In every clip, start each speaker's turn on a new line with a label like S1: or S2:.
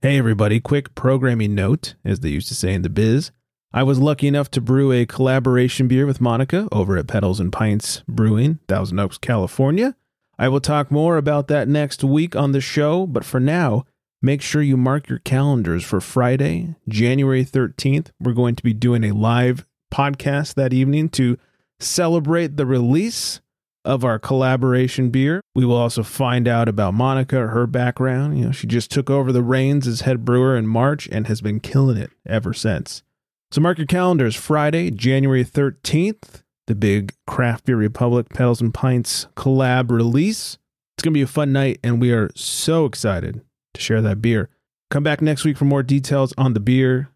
S1: Hey, everybody, quick programming note, as they used to say in the biz. I was lucky enough to brew a collaboration beer with Monica over at Pedals and Pints Brewing, Thousand Oaks, California. I will talk more about that next week on the show, but for now, make sure you mark your calendars for Friday, January 13th. We're going to be doing a live podcast that evening to celebrate the release of our collaboration beer. We will also find out about Monica, her background. You know, she just took over the reins as head brewer in March and has been killing it ever since. So mark your calendars Friday, January 13th, the big Craft Beer Republic Pedals and Pints collab release. It's going to be a fun night, and we are so excited to share that beer. Come back next week for more details on the beer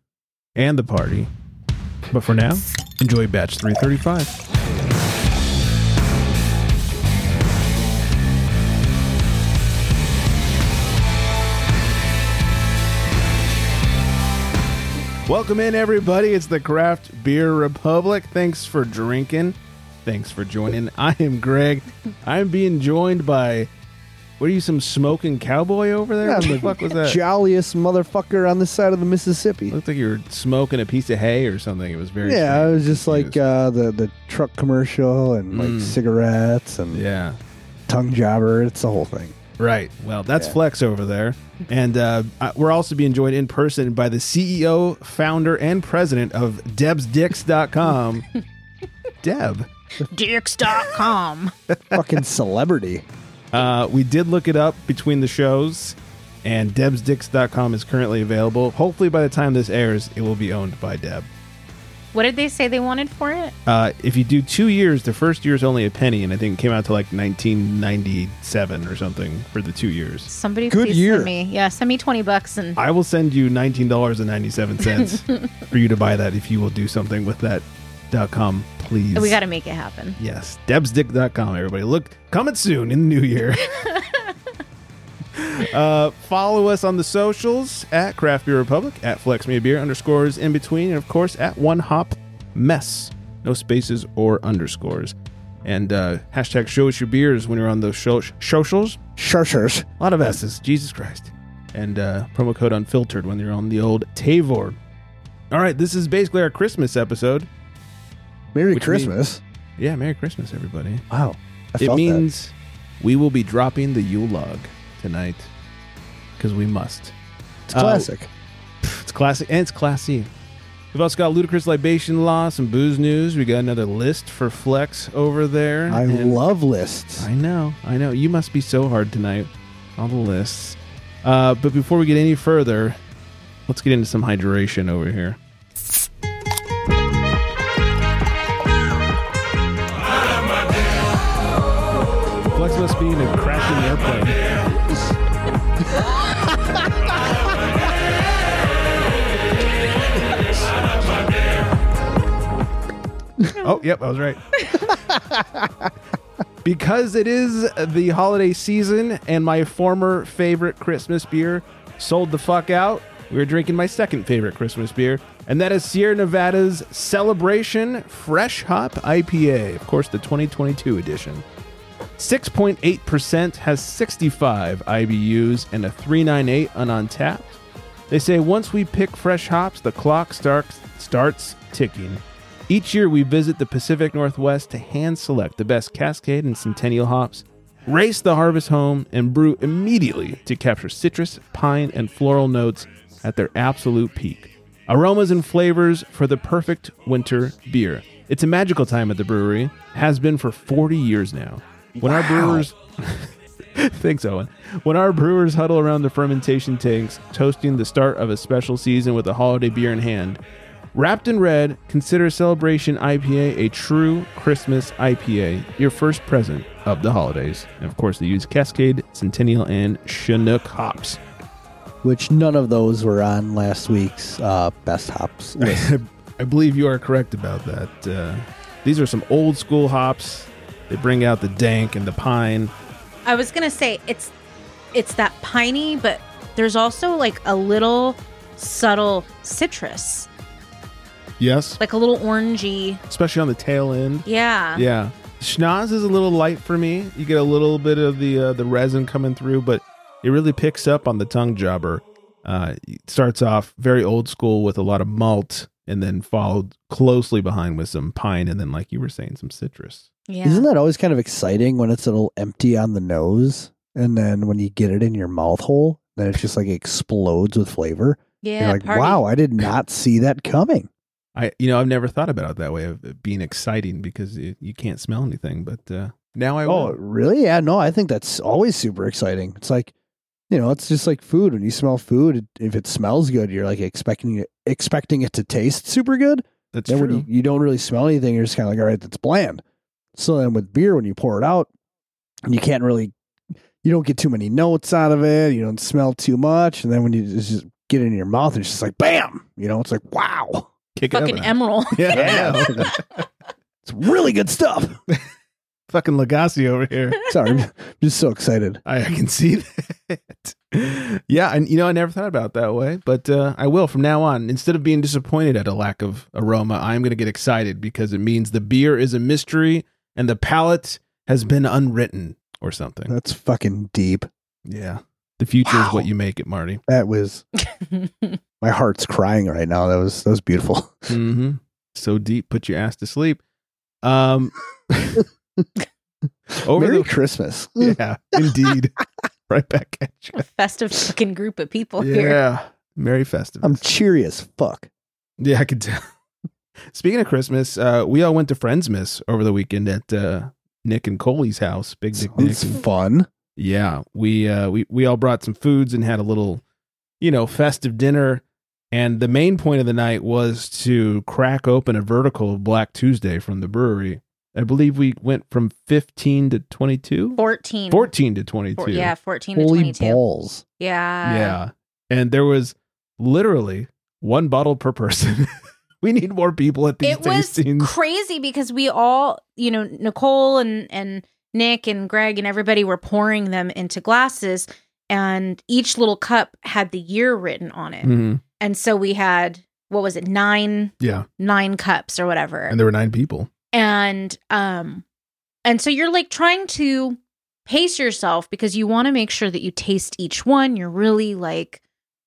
S1: and the party. But for now, enjoy Batch 335. Welcome in, everybody. It's the Craft Beer Republic. Thanks for drinking. Thanks for joining. I am Greg. I'm being joined by. What are you, some smoking cowboy over there? What the fuck was that?
S2: Jolliest motherfucker on this side of the Mississippi.
S1: Looked like you were smoking a piece of hay or something. It was very.
S2: Yeah, it
S1: strange.
S2: was just like uh, the the truck commercial and like cigarettes and
S1: Mm. yeah.
S2: tongue jobber. It's the whole thing.
S1: Right. Well, that's Flex over there. And uh, I- we're also being joined in person by the CEO, founder, and president of DebsDicks.com. Deb.
S3: Dicks.com.
S2: Fucking celebrity.
S1: Uh, we did look it up between the shows, and DebsDicks.com is currently available. Hopefully, by the time this airs, it will be owned by Deb.
S3: what did they say they wanted for it?
S1: Uh, if you do two years, the first year is only a penny, and I think it came out to like 1997 or something for the two years.
S3: Somebody
S2: Good
S3: please
S2: year.
S3: send me. Yeah, send me 20 bucks and
S1: I will send you nineteen dollars and ninety seven cents for you to buy that if you will do something with that dot com, please.
S3: we got to make it happen.
S1: Yes. Debsdick.com, everybody. Look, coming soon in the new year. uh, follow us on the socials at Craft Beer Republic, at Flex Me a Beer underscores in between, and of course at One Hop Mess. No spaces or underscores. And uh, hashtag show us your beers when you're on those sho- socials.
S2: Sharshers.
S1: A lot of S's. Jesus Christ. And uh, promo code unfiltered when you're on the old Tavor. All right, this is basically our Christmas episode.
S2: Merry
S1: Which
S2: Christmas.
S1: Yeah, Merry Christmas, everybody.
S2: wow. I
S1: it
S2: felt that.
S1: means we will be dropping the Yule log tonight because we must.
S2: it's
S1: uh,
S2: classic.
S1: It's classic and it's classy. We've also got ludicrous libation law, some booze news. We got another list for Flex over there.
S2: I
S1: oh, and-
S2: love lists.
S1: I know, I know. You must be so hard tonight. All the lists. Uh, but before we get any further, let's get into some hydration over here. Flex must be in a crashing airplane. Oh, yep, I was right. Because it is the holiday season and my former favorite Christmas beer sold the fuck out, we are drinking my second favorite Christmas beer, and that is Sierra Nevada's Celebration Fresh Hop IPA, of course, the 2022 edition. 6.8% has 65 IBUs and a 398 on untapped. They say once we pick fresh hops, the clock starts starts ticking. Each year we visit the Pacific Northwest to hand select the best Cascade and Centennial hops, race the harvest home, and brew immediately to capture citrus, pine, and floral notes at their absolute peak. Aromas and flavors for the perfect winter beer. It's a magical time at the brewery, has been for 40 years now. When our brewers Thanks, Owen. When our brewers huddle around the fermentation tanks, toasting the start of a special season with a holiday beer in hand, wrapped in red, consider Celebration IPA a true Christmas IPA, your first present of the holidays. And of course, they use Cascade, Centennial, and Chinook hops.
S2: Which none of those were on last week's uh, best hops list.
S1: I believe you are correct about that. Uh, these are some old school hops. They bring out the dank and the pine.
S3: I was going to say it's it's that piney, but there's also like a little subtle citrus,
S1: Yes.
S3: like a little orangey.
S1: Especially on the tail end.
S3: Yeah.
S1: Yeah. Schnoz is a little light for me. You get a little bit of the uh, the resin coming through, but it really picks up on the tongue jobber. Uh, it starts off very old school with a lot of malt, and then followed closely behind with some pine, and then, like you were saying, some citrus.
S3: Yeah.
S2: Isn't that always kind of exciting when it's a little empty on the nose, and then when you get it in your mouth hole, then it just like explodes with flavor.
S3: yeah.
S2: You're like,
S3: party.
S2: wow, I did not see that coming.
S1: I, you know, I've never thought about it that way of it being exciting because it, you can't smell anything. But uh, now I
S2: Oh,
S1: will.
S2: really? Yeah, no, I think that's always super exciting. It's like, you know, it's just like food. When you smell food, it- if it smells good, you're like expecting it, expecting it to taste super good.
S1: That's
S2: then
S1: true.
S2: when you, you don't really smell anything, you're just kind of like, all right, that's bland. So then with beer, when you pour it out, you can't really, you don't get too many notes out of it. You don't smell too much, and then when you just just get it in your mouth, it's just like, bam! You know, it's like, wow,
S1: Kick it up
S3: Fucking
S1: a notch.
S3: emerald.
S1: Yeah, I know.
S2: it's really good stuff.
S1: fucking Legacy over here.
S2: Sorry, I'm just so excited.
S1: I, I can see that. yeah, and you know, I never thought about it that way, but uh, I will from now on. Instead of being disappointed at a lack of aroma, I'm going to get excited because it means the beer is a mystery and the palate has been unwritten or something.
S2: That's fucking deep.
S1: Yeah, the future is
S2: Wow.
S1: what you make it, Marty.
S2: That was my heart's crying right now. That was that was beautiful.
S1: Mm-hmm. So deep, put your ass to sleep. Um, over
S2: Merry
S1: the
S2: Christmas.
S1: yeah, indeed, right back at you.
S3: a festive fucking group
S2: Oh,
S3: of people here.
S1: Yeah, Merry Festivus.
S2: I'm cheery as fuck.
S1: Yeah, I could tell. Speaking of Christmas, uh, we all went to Friendsmas over the weekend at uh, Nick and Coley's house. Big Dick Nick.
S2: It's fun.
S1: Yeah, we uh, we we all brought some foods and had a little, you know, festive dinner. And the main point of the night was to crack open a vertical of Black Tuesday from the brewery. I believe we went from fifteen to twenty-two.
S3: 14.
S1: Fourteen to twenty-two.
S3: Four- yeah, 14 to
S2: Holy
S3: 22.
S2: balls.
S3: Yeah.
S1: Yeah. And there was literally one bottle per person. we need more people at these
S3: it was
S1: tastings.
S3: crazy because we all you know nicole and and nick and greg and everybody were pouring them into glasses and each little cup had the year written on it
S1: Mhm.
S3: and so we had what was it nine
S1: Yeah.
S3: nine cups or whatever
S1: And there were nine people.
S3: and um and so you're like trying to pace yourself because you want to make sure that you taste each one you're really like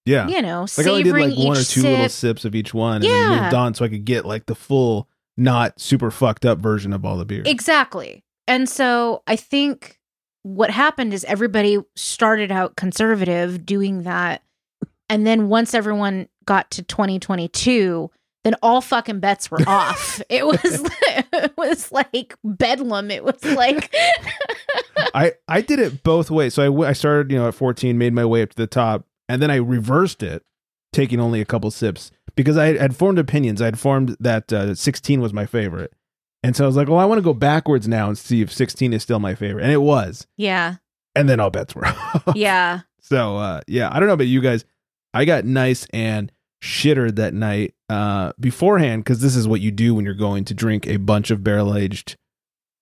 S1: Yeah.
S3: you know
S1: Like I only
S3: savoring
S1: did like one or two
S3: each
S1: little
S3: sip
S1: sips of each one and then
S3: Yeah.
S1: moved on so I could get like the full, not super fucked up version of all the beer.
S3: Exactly. And so I think what happened is everybody started out conservative doing that. And then once everyone got to 2022, then all fucking bets were off. it was it was like bedlam. It was like
S1: I, I did it both ways. So I, w- I started, you know, at 14, made my way up to the top, and then I reversed it, taking only a couple sips because I had formed opinions. I had formed that uh, 16 was my favorite. And so I was like, well, I want to go backwards now and see if 16 is still my favorite. And it was.
S3: yeah.
S1: And then all bets were off.
S3: Yeah.
S1: So uh, yeah, I don't know about you guys. I got nice and shittered that night uh, beforehand because this is what you do when you're going to drink a bunch of barrel aged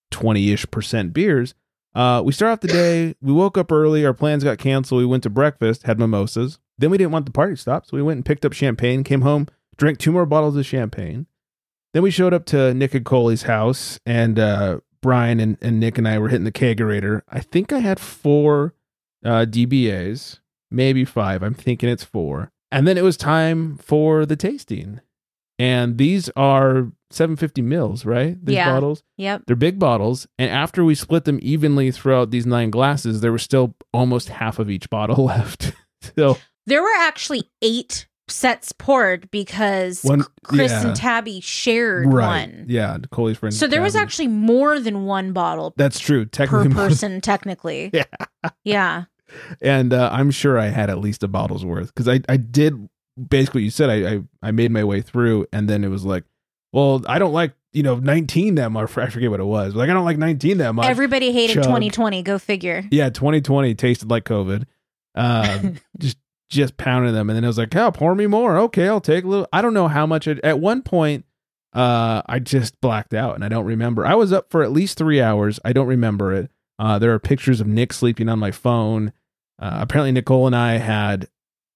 S1: twenty ish percent beers. Uh, we start off the day. We woke up early. Our plans got canceled. We went to breakfast, had mimosas. Then we didn't want the party to stop, so we went and picked up champagne. Came home, drank two more bottles of champagne. Then we showed up to Nick and Coley's house, and uh, Brian and, and Nick and I were hitting the kegerator. I think I had four uh, DBAs, maybe five. I'm thinking it's four. And then it was time for the tasting. And these are 750 mils, right? These
S3: Yeah.
S1: bottles.
S3: Yep.
S1: They're big bottles. And after we split them evenly throughout these nine glasses, there was still almost half of each bottle left. so
S3: There were actually 8 sets poured because
S1: One-
S3: Chris
S1: yeah.
S3: and Tabby shared one.
S1: Yeah. Coley's friend.
S3: So there was
S1: Gavin.
S3: actually more than one bottle
S1: That's true.
S3: per
S1: Technically. more-
S3: person technically.
S1: Yeah.
S3: Yeah.
S1: and uh, I'm sure I had at least a bottle's worth because I, I did basically what you said I, I I made my way through and then it was like, well, I don't like you know 19 that much. I forget what it was. Like I don't like 19 that much.
S3: Everybody hated
S1: chug.
S3: 2020. Go figure.
S1: yeah, 2020 tasted like COVID. Um, just just pounding them, and then I was like, oh, pour me more. Okay, I'll take a little. I don't know how much. It, at one point, uh, I just blacked out and I don't remember. I was up for at least three hours. I don't remember it. Uh, there are pictures of Nick sleeping on my phone. Uh, apparently, Nicole and I had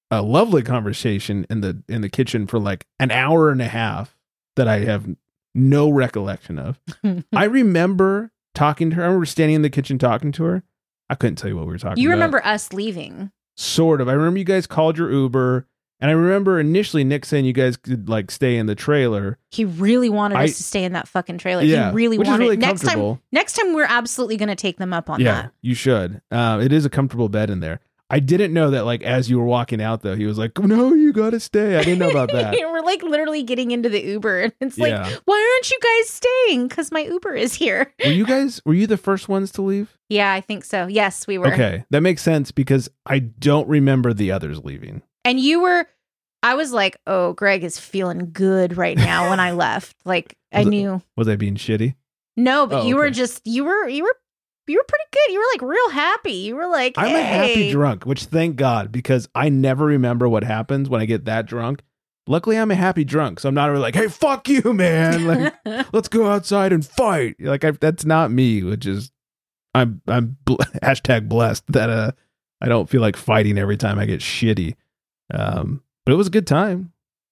S1: a lovely conversation in the in the kitchen for like an hour and a half that I have no recollection of. I remember talking to her. I remember standing in the kitchen talking to her. I couldn't tell you what we were talking.
S3: you
S1: about.
S3: remember us leaving.
S1: sort of. I remember you guys called your Uber, and I remember initially Nick saying you guys could like stay in the trailer.
S3: He really wanted
S1: I-
S3: us to stay in that fucking trailer.
S1: yeah,
S3: he really
S1: which
S3: wanted
S1: is really
S3: next time.
S1: comfortable.
S3: Next time, we're absolutely going to take them up on
S1: yeah,
S3: that.
S1: you should. Uh, it is a comfortable bed in there. I didn't know that. Like as you were walking out, though, he was like, "No, you gotta stay." I didn't know about that.
S3: we're like literally getting into the Uber, and it's like,
S1: yeah.
S3: why aren't you guys staying? Because my Uber is here.
S1: Were you guys? Were you the first ones to leave?
S3: Yeah, I think so. Yes, we were.
S1: Okay, that makes sense because I don't remember the others leaving.
S3: And you were. I was like, oh, Greg is feeling good right now. When I left, like I
S1: Was it-
S3: knew.
S1: Was I being shitty?
S3: No, but
S1: Oh,
S3: you were
S1: okay.
S3: just you were you were you were pretty good. You were like real happy. You were like,
S1: I'm a happy
S3: "Hey."
S1: drunk, which thank God because I never remember what happens when I get that drunk. Luckily, I'm a happy drunk, so I'm not really like, "Hey, fuck you, man! Like, let's go outside and fight." Like, I, that's not me. Which is, I'm I'm bl- hashtag blessed that uh I don't feel like fighting every time I get shitty. Um, but it was a good time.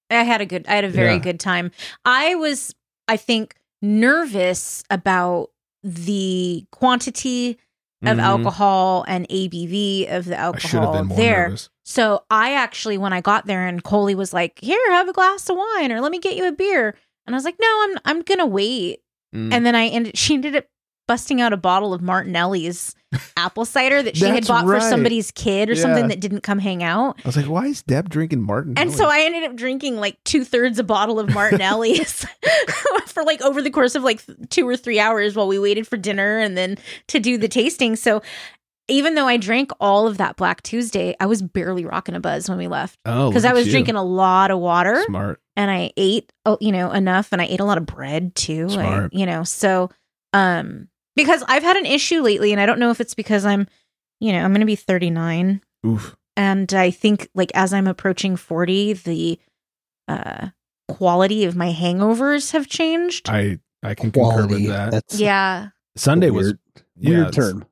S3: I had a good I had a very
S1: Yeah.
S3: good time. I was I think nervous about the quantity of
S1: Mhm.
S3: alcohol and ABV of the
S1: I should have
S3: alcohol
S1: been more
S3: there.
S1: nervous.
S3: So I actually when I got there and Coley was like, "Here, have a glass of wine or let me get you a beer." And I was like, "No, I'm I'm going to wait."
S1: Mm.
S3: And then I ended she ended up busting out a bottle of Martinelli's apple cider that she had
S1: That's
S3: bought for
S1: right.
S3: somebody's kid or
S1: Yeah.
S3: something that didn't come hang out.
S1: I was like, "Why is Deb drinking Martin?"
S3: And so I ended up drinking like two thirds a bottle of Martinelli's for like over the course of like th- two or three hours while we waited for dinner and then to do the tasting. So even though I drank all of that Black Tuesday, I was barely rocking a buzz when we left
S1: oh
S3: because
S1: look
S3: I
S1: at
S3: was
S1: you.
S3: drinking a lot of water
S1: smart.
S3: and I ate, oh, you know, enough and I ate a lot of bread too. I-
S1: Smart.
S3: you know, so, um, because I've had an issue lately and I don't know if it's because I'm, you know, I'm going to be 39
S1: Oof.
S3: and i think like as i'm approaching 40 the uh quality of my hangovers have changed
S1: I I can concur
S2: Quality.
S1: with that.
S2: That's
S3: yeah
S1: Sunday
S2: a
S1: was
S2: weird,
S1: yeah,
S2: weird
S1: it's-
S2: term.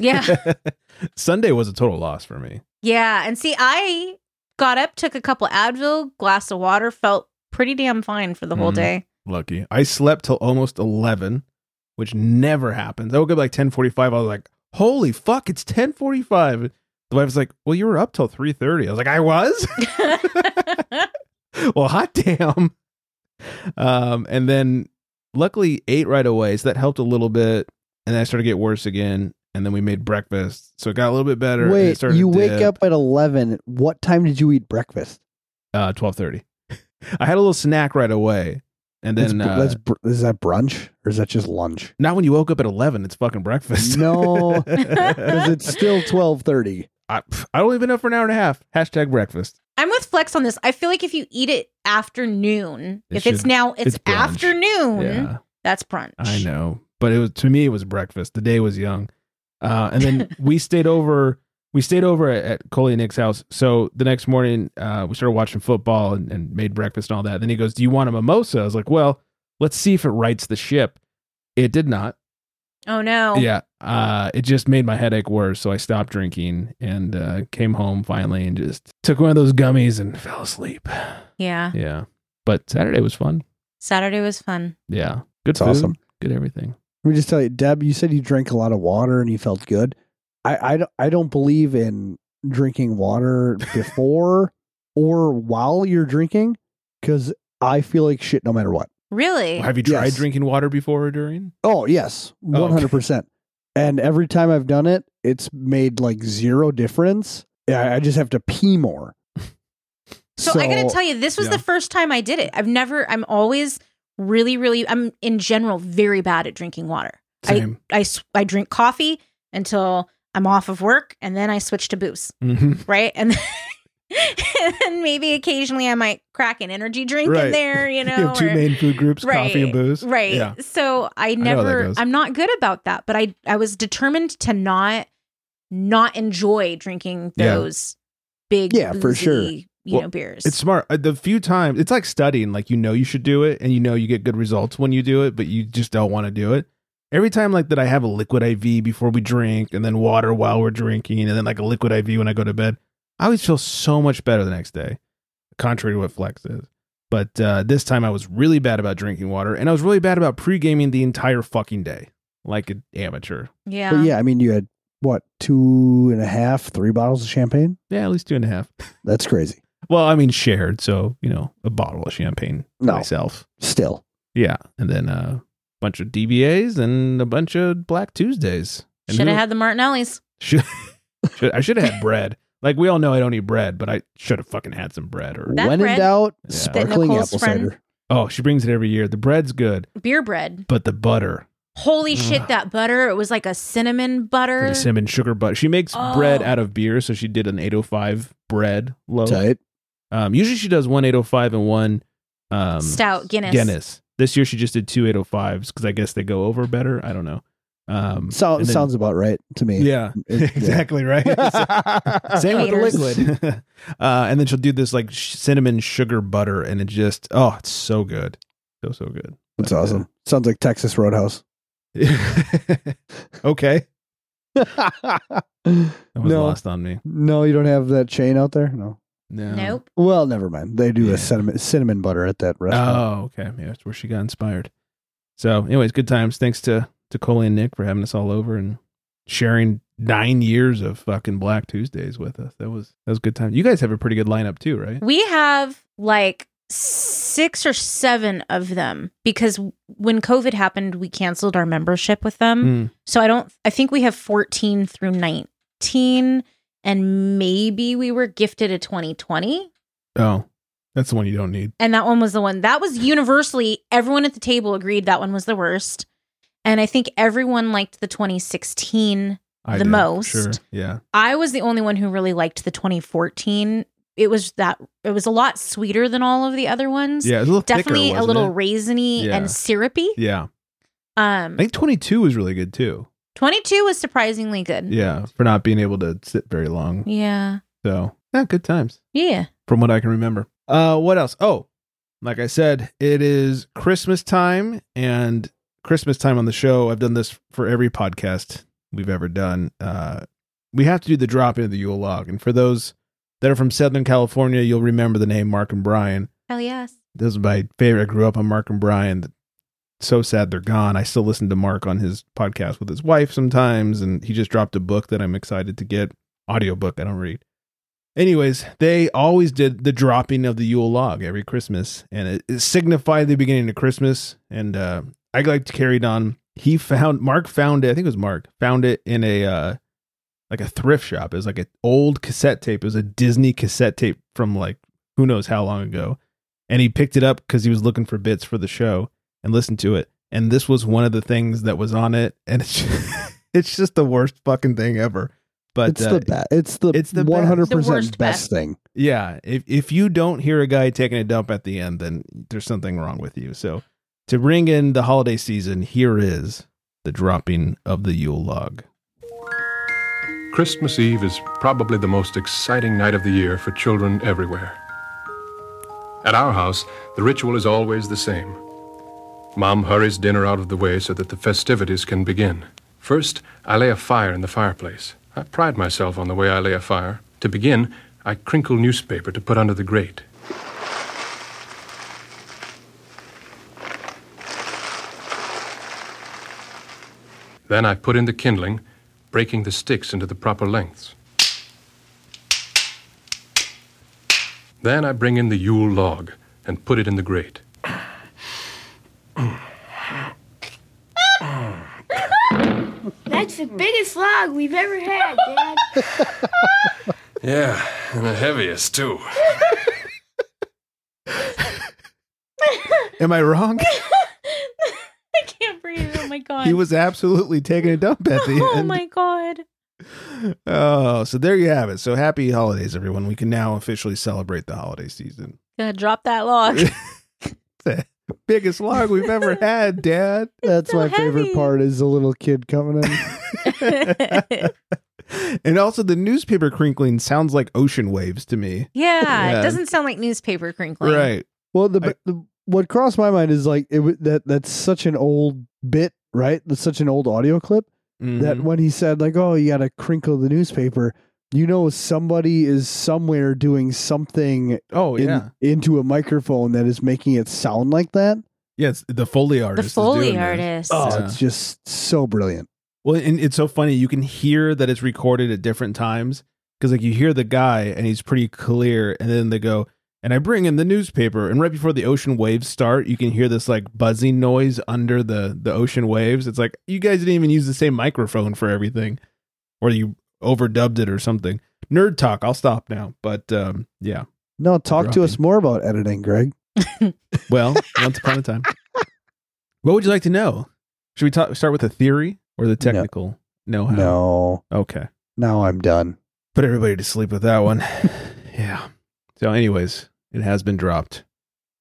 S3: yeah
S1: Sunday was a total loss for me.
S3: yeah and see i got up took a couple advil glass of water felt pretty damn fine for the whole
S1: Mhm.
S3: day
S1: Lucky I slept till almost eleven, which never happens. I woke up like ten forty five. I was like, "Holy fuck, it's ten forty five. The wife was like, "Well, you were up till 3.30. I was like, "I was." well, hot damn. Um, and then luckily ate right away, so that helped a little bit. And then I started to get worse again. And then we made breakfast, so it got a little bit better. and it
S2: Wait,
S1: started
S2: you
S1: to
S2: wake
S1: dip.
S2: up at eleven. What time did you eat breakfast?
S1: uh 12:30. I had a little snack right away. And
S2: That's
S1: then
S2: br-
S1: uh,
S2: that's br- is that brunch or is that just lunch?
S1: not when you woke up at 11, it's fucking breakfast.
S2: No. Because
S1: I,
S2: it's still twelve thirty.
S1: pff, I don't even know for an hour and a half. Hashtag breakfast.
S3: i'm with flex on this i feel like if you eat it afternoon
S1: It
S3: if it's
S1: should-
S3: now it's,
S1: it's brunch.
S3: afternoon
S1: Yeah,
S3: that's brunch
S1: I know. But it was to me it was breakfast. The day was young. Uh, and then we stayed over we stayed over at, at Coley and Nick's house. So the next morning, uh, we started watching football and, and made breakfast and all that. Then he goes, Do you want a mimosa? I was like, Well, let's see if it rights the ship. It did not.
S3: oh no
S1: Yeah, uh, it just made my headache worse, so I stopped drinking and uh, came home finally and just took one of those gummies and fell asleep.
S3: yeah
S1: Yeah, but Saturday was fun.
S3: saturday was fun
S1: Yeah, good
S2: It's
S1: food,
S2: awesome.
S1: good everything.
S2: Let me just tell you, Deb. You said you drank a lot of water and you felt good. I I don't, I don't believe in drinking water before or while you're drinking because I feel like shit no matter what.
S3: really
S1: Have you tried
S2: Yes.
S1: drinking water before or during?
S2: Oh yes,
S1: okay.
S2: one hundred percent. And every time I've done it, it's made like zero difference. Yeah, I- I just have to pee more.
S3: So, I got to tell you, this was
S1: Yeah.
S3: the first time I did it. I've never, I'm always really, really, I'm in general very bad at drinking water.
S1: Same.
S3: I, s- I drink coffee until I'm off of work and then I switch to booze,
S1: Mhm.
S3: right? And then, and then maybe occasionally I might crack an energy drink
S1: Right.
S3: in there, you know? or-
S1: main food groups:
S3: Right, Right.
S1: Yeah,
S3: So I
S1: know how that
S3: never
S1: goes.
S3: I'm not good about that, but I I was determined to not not enjoy drinking
S1: Yeah.
S3: those big
S2: Yeah, for sure.
S3: boozy, you
S1: Well,
S3: know beers.
S1: it's smart. Uh, The few times it's like studying, like you know you should do it, and you know you get good results when you do it, but you just don't want to do it. Every time like that, I have a liquid IV before we drink, and then water while we're drinking, and then like a liquid IV when I go to bed. I always feel so much better the next day, contrary to what Flex is. But uh, this time I was really bad about drinking water, and I was really bad about pre gaming the entire fucking day, like an amateur.
S3: yeah.
S2: But yeah, I mean, you had what two and a half, three bottles of champagne.
S1: Yeah, at least two and a half.
S2: That's crazy.
S1: Well, I mean shared, so you know, a bottle of champagne
S2: No.
S1: myself.
S2: Still,
S1: Yeah, and then a bunch of DBAs and a bunch of Black Tuesdays. And
S3: Should have
S1: who-
S3: had the Martinellis.
S1: Should, should- I should have had bread. Like we all know, I don't eat bread, but I should have fucking had some bread. Or
S3: That
S2: when
S3: bread
S2: in doubt,
S1: Yeah.
S2: sparkling
S3: Nicole's
S2: apple
S3: friend-
S2: cider.
S1: oh, she brings it every year. The bread's good,
S3: Beer bread.
S1: but the butter,
S3: Holy shit,
S1: Ugh.
S3: that butter. It was like a cinnamon
S1: like
S3: butter.
S1: a cinnamon sugar butter. She makes bread
S3: Oh.
S1: out of beer, so she did an 805 bread loaf.
S2: Tight.
S1: Um, usually she does one 805 and one um,
S3: Stout, Guinness.
S1: Guinness. This year she just did two 805s because I guess they go over better. I don't know. Um,
S2: So,
S1: and then-
S2: sounds about right to me.
S1: yeah,
S2: It- yeah.
S1: exactly right. Same
S3: Haters.
S1: with the liquid. uh, and then she'll do this like sh- cinnamon sugar butter, and it just oh, it's so good, so so good.
S2: That's awesome. Sounds like Texas Roadhouse.
S1: okay, that was
S2: No.
S1: lost on me.
S2: no, you don't have that chain out there. No.
S1: No.
S3: Nope.
S2: Well, never mind. They do
S1: Yeah.
S2: a cinnamon cinnamon butter at that restaurant.
S1: Oh, okay. Yeah, that's where she got inspired. So, anyways, good times. Thanks to to Coley and Nick for having us all over and sharing nine years of fucking Black Tuesdays with us. That was that was a good time. You guys have a pretty good lineup too, right?
S3: We have like six or seven of them because when COVID happened, we canceled our membership with them.
S1: Mm.
S3: So I don't I think we have 14 through 19 and maybe we were gifted a 2020
S1: Oh, that's the one you don't need.
S3: and that one was the one that was universally everyone at the table agreed that one was the worst. And I think everyone liked the 2016.
S1: I did,
S3: The
S1: for
S3: most.
S1: Sure. Yeah.
S3: I was the only one who really liked the 2014. It was that it was a lot sweeter than all of the other ones.
S1: Yeah. It was a little thicker,
S3: Definitely a
S1: wasn't
S3: little
S1: it?
S3: raisiny
S1: Yeah.
S3: and syrupy.
S1: Yeah. I
S3: Um
S1: think 22 was really good too.
S3: 22 was surprisingly good.
S1: Yeah. For not being able to sit very long.
S3: Mm-hmm. Yeah.
S1: So, yeah, good times.
S3: Yeah.
S1: from what I can remember. Uh, what else? Oh, like I said, it is Christmas time, and Christmas time on the show. I've done this for every podcast we've ever done. Uh, we have to do the drop into the Yule log, and for those that are from Southern California, you'll remember the name Mark and Brian.
S3: Hell yes.
S1: This is my favorite. I grew up on Mark and Brian. So sad they're gone. I still listen to Mark on his podcast with his wife sometimes, and he just dropped a book that I'm excited to get. Audiobook I don't read. Anyways, they always did the dropping of the Yule log every Christmas, and it, it signified the beginning of Christmas. And uh, I like to carry it on. He found Mark found it. I think it was Mark found it in a uh, like a thrift shop. It was like an old cassette tape. It was a Disney cassette tape from like who knows how long ago and he picked it up because he was looking for bits for the show and listened to it. And this was one of the things that was on it, and it's just, it's just the worst fucking thing ever. But
S2: it's
S1: uh,
S2: the best. It's the
S1: it's the best.
S2: one hundred
S3: The worst
S2: percent
S3: best.
S2: best thing.
S1: yeah, if if you don't hear a guy taking a dump at the end, then there's something wrong with you. So to bring in the holiday season, here is the dropping of the Yule log.
S4: Christmas Eve is probably the most exciting night of the year for children everywhere. At our house, the ritual is always the same. Mom hurries dinner out of the way so that the festivities can begin. First, I lay a fire in the fireplace. I pride myself on the way I lay a fire. To begin, I crinkle newspaper to put under the grate. Then I put in the kindling, breaking the sticks into the proper lengths. Then I bring in the Yule log and put it in the grate.
S5: That's the biggest log we've ever had, Dad.
S4: Yeah, and the heaviest, too.
S1: Am I wrong?
S3: I can't breathe. Oh my god.
S1: he was absolutely taking a dump at the
S3: oh
S1: end.
S3: my god.
S1: Oh, so there you have it. So happy holidays, everyone. We can now officially celebrate the holiday season.
S3: Gonna drop that log.
S1: biggest log we've ever had, Dad.
S2: That's
S3: so
S2: my
S3: heavy.
S2: favorite part is the little kid coming in.
S1: and also, the newspaper crinkling sounds like ocean waves to me.
S3: yeah,
S1: Yeah.
S3: it doesn't sound like newspaper crinkling.
S1: Right.
S2: well, the,
S1: I-
S2: the what crossed my mind is like it wa- that that's such an old bit, right? That's such an old audio clip that
S1: Mhm.
S2: when he said like, "Oh, you got to crinkle the newspaper," you know somebody is somewhere doing something
S1: oh,
S2: in,
S1: yeah.
S2: into a microphone that is making it sound like that.
S1: Yes, the Foley
S3: The
S1: artist. is
S3: Foley
S1: doing this.
S3: artist.
S1: Oh,
S2: It's just so brilliant.
S1: Well, and it's so funny. You can hear that it's recorded at different times because, like, you hear the guy and he's pretty clear, and then they go, and I bring in the newspaper, and right before the ocean waves start, you can hear this like buzzing noise under the the ocean waves. It's like you guys didn't even use the same microphone for everything, or you overdubbed it or something. Nerd talk. I'll stop now, but um, yeah.
S2: No, talk to us
S1: Dropping.
S2: more about editing, Greg.
S1: Well, once upon a time. What would you like to know? Should we talk, start with the theory or the technical know-how?
S2: No,
S1: Okay.
S2: now I'm done.
S1: Put everybody to sleep with that one. yeah. So, anyways, it has been dropped.